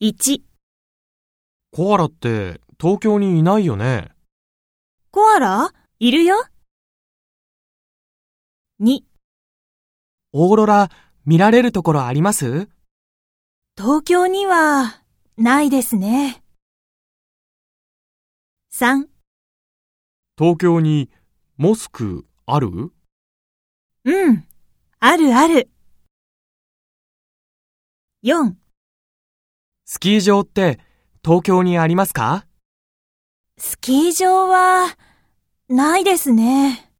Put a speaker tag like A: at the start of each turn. A: 1、
B: コアラって東京にいないよね。
A: コアラいるよ。2、
C: オーロラ見られるところあります
A: 東京には、ないですね。3、
B: 東京にモスクある
A: うん、あるある。4、
C: スキー場って東京にありますか
A: スキー場は、ないですね。